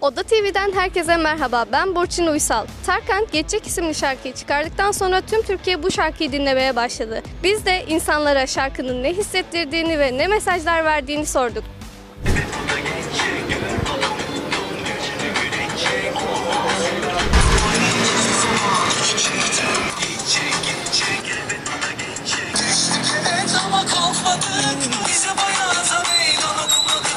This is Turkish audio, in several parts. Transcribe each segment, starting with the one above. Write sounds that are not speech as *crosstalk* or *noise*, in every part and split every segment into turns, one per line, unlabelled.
Oda TV'den herkese merhaba. Ben Burçin Uysal. Tarkan Geçecek isimli şarkıyı çıkardıktan sonra tüm Türkiye bu şarkıyı dinlemeye başladı. Biz de insanlara şarkının ne hissettirdiğini ve ne mesajlar verdiğini sorduk.
Evet ama kalkmadık Bize bayata meydan okumadık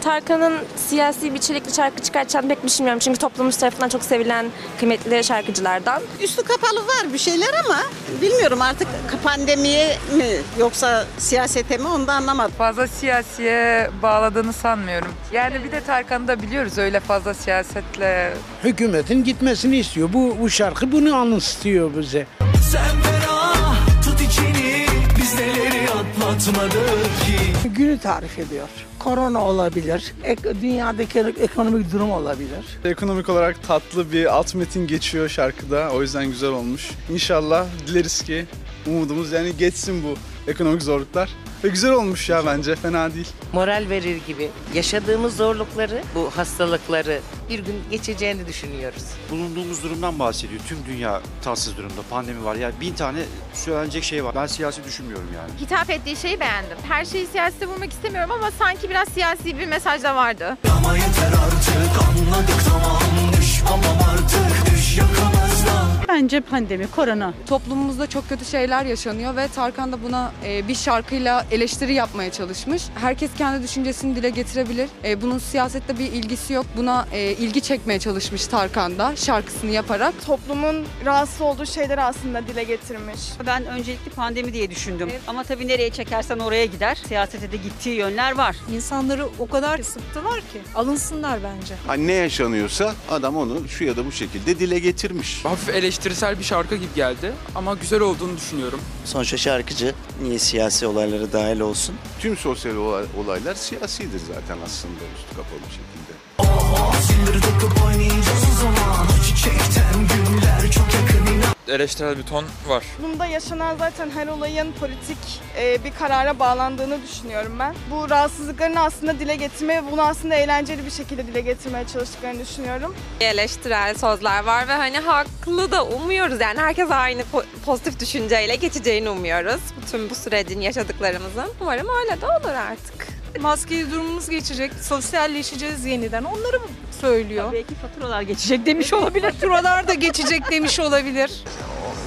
Tarkan'ın siyasi bir içerikli şarkı çıkartacağını pek düşünmüyorum. Çünkü toplumumuz tarafından çok sevilen kıymetli şarkıcılardan.
Üstü kapalı var bir şeyler ama bilmiyorum artık pandemiye mi yoksa siyasete mi onu da anlamadım.
fazla siyasiye bağladığını sanmıyorum. Yani bir de Tarkan'ı da biliyoruz öyle fazla siyasetle
hükümetin gitmesini istiyor. Bu, bu şarkı bunu anımsatıyor bize.
Sen ferah tut içini Biz neleri atlatmadık ki
günü tarif ediyor. Korona olabilir, ek- dünyadaki ekonomik durum olabilir.
Ekonomik olarak tatlı bir alt metin geçiyor şarkıda. O yüzden güzel olmuş. İnşallah dileriz ki umudumuz yani geçsin bu ekonomik zorluklar. Ve güzel olmuş ya bence. Fena değil.
moral verir gibi yaşadığımız zorlukları, bu hastalıkları bir gün geçeceğini düşünüyoruz.
bulunduğumuz durumdan bahsediyor. Tüm dünya tatsız durumda. Pandemi var. Ya bin tane söylenecek şey var. Ben siyasi düşünmüyorum yani.
hitap ettiği şeyi beğendim. Her şeyi siyasete vurmak istemiyorum ama sanki biraz siyasi bir mesaj da vardı.
Ama yeter artık anladık tamam Düş babam artık düş yakamızda
Bence pandemi, korona.
toplumumuzda çok kötü şeyler yaşanıyor ve Tarkan da buna e, bir şarkıyla eleştiri yapmaya çalışmış. Herkes kendi düşüncesini dile getirebilir. E, bunun siyasette bir ilgisi yok. Buna e, ilgi çekmeye çalışmış Tarkan da şarkısını yaparak.
Toplumun rahatsız olduğu şeyleri aslında dile getirmiş.
Ben öncelikli pandemi diye düşündüm. Ama tabii nereye çekersen oraya gider. Siyasete de gittiği yönler var.
İnsanları o kadar sıktılar ki alınsınlar bence.
ne yaşanıyorsa adam onu şu ya da bu şekilde dile getirmiş.
Hafif eleştirisel bir şarkı gibi geldi ama güzel olduğunu düşünüyorum.
Sonuçta şarkıcı niye siyasi olaylara dahil olsun?
Tüm sosyal olaylar siyasidir zaten aslında üstü kapalı bir şekilde.
Sindir dokup oynayacağız o zaman O çiçekten günler çok yakın inan
Eleştirel bir ton var.
Toplumda yaşanan zaten her olayın politik e, bir karara bağlandığını düşünüyorum ben. Bu rahatsızlıklarını aslında dile getirmeye ve bunu aslında eğlenceli bir şekilde dile getirmeye çalıştıklarını düşünüyorum.
Eleştirel sözler var ve hani haklı da umuyoruz. Yani herkes aynı po- pozitif düşünceyle geçeceğini umuyoruz. Bütün bu sürecin yaşadıklarımızın. Umarım öyle de olur artık.
Maskeli durumumuz geçecek, sosyalleşeceğiz yeniden. Onları mı söylüyor?
Belki faturalar geçecek demiş
*laughs*
olabilir.
Faturalar da geçecek demiş olabilir.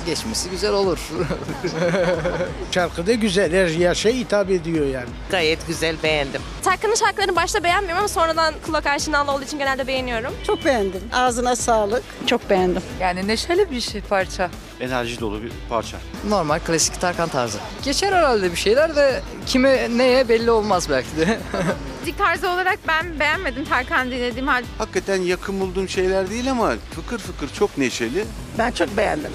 Geçmesi güzel olur.
Şarkı da güzel, her yaşa hitap ediyor yani.
Gayet güzel beğendim.
Tarkan'ın şarkılarını başta beğenmiyorum ama sonradan kulak aşinalı olduğu için genelde beğeniyorum.
Çok beğendim. Ağzına sağlık. Çok beğendim.
Yani neşeli bir şey parça.
Enerji dolu bir parça.
Normal klasik Tarkan tarzı.
Geçer herhalde bir şeyler de kime neye belli olmaz belki de.
Müzik tarzı olarak ben beğenmedim Tarkan dinlediğim halde.
Hakikaten yakın bulduğum şeyler değil ama fıkır fıkır çok neşeli.
Ben çok beğendim.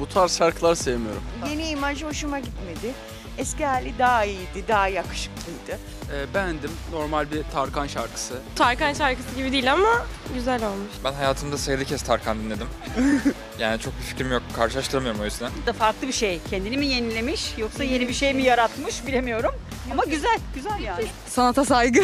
Bu tarz şarkılar sevmiyorum.
Yeni imaj hoşuma gitmedi. Eski hali daha iyiydi, daha yakışıklıydı.
Ee, beğendim. Normal bir Tarkan şarkısı.
Tarkan şarkısı gibi değil ama güzel olmuş.
Ben hayatımda sayılı kez Tarkan
*laughs*
dinledim. yani çok bir fikrim yok. Karşılaştıramıyorum o yüzden.
Bu da farklı bir şey. Kendini mi yenilemiş yoksa yeni bir şey mi yaratmış bilemiyorum. Ama güzel, güzel yani.
Sanata saygı.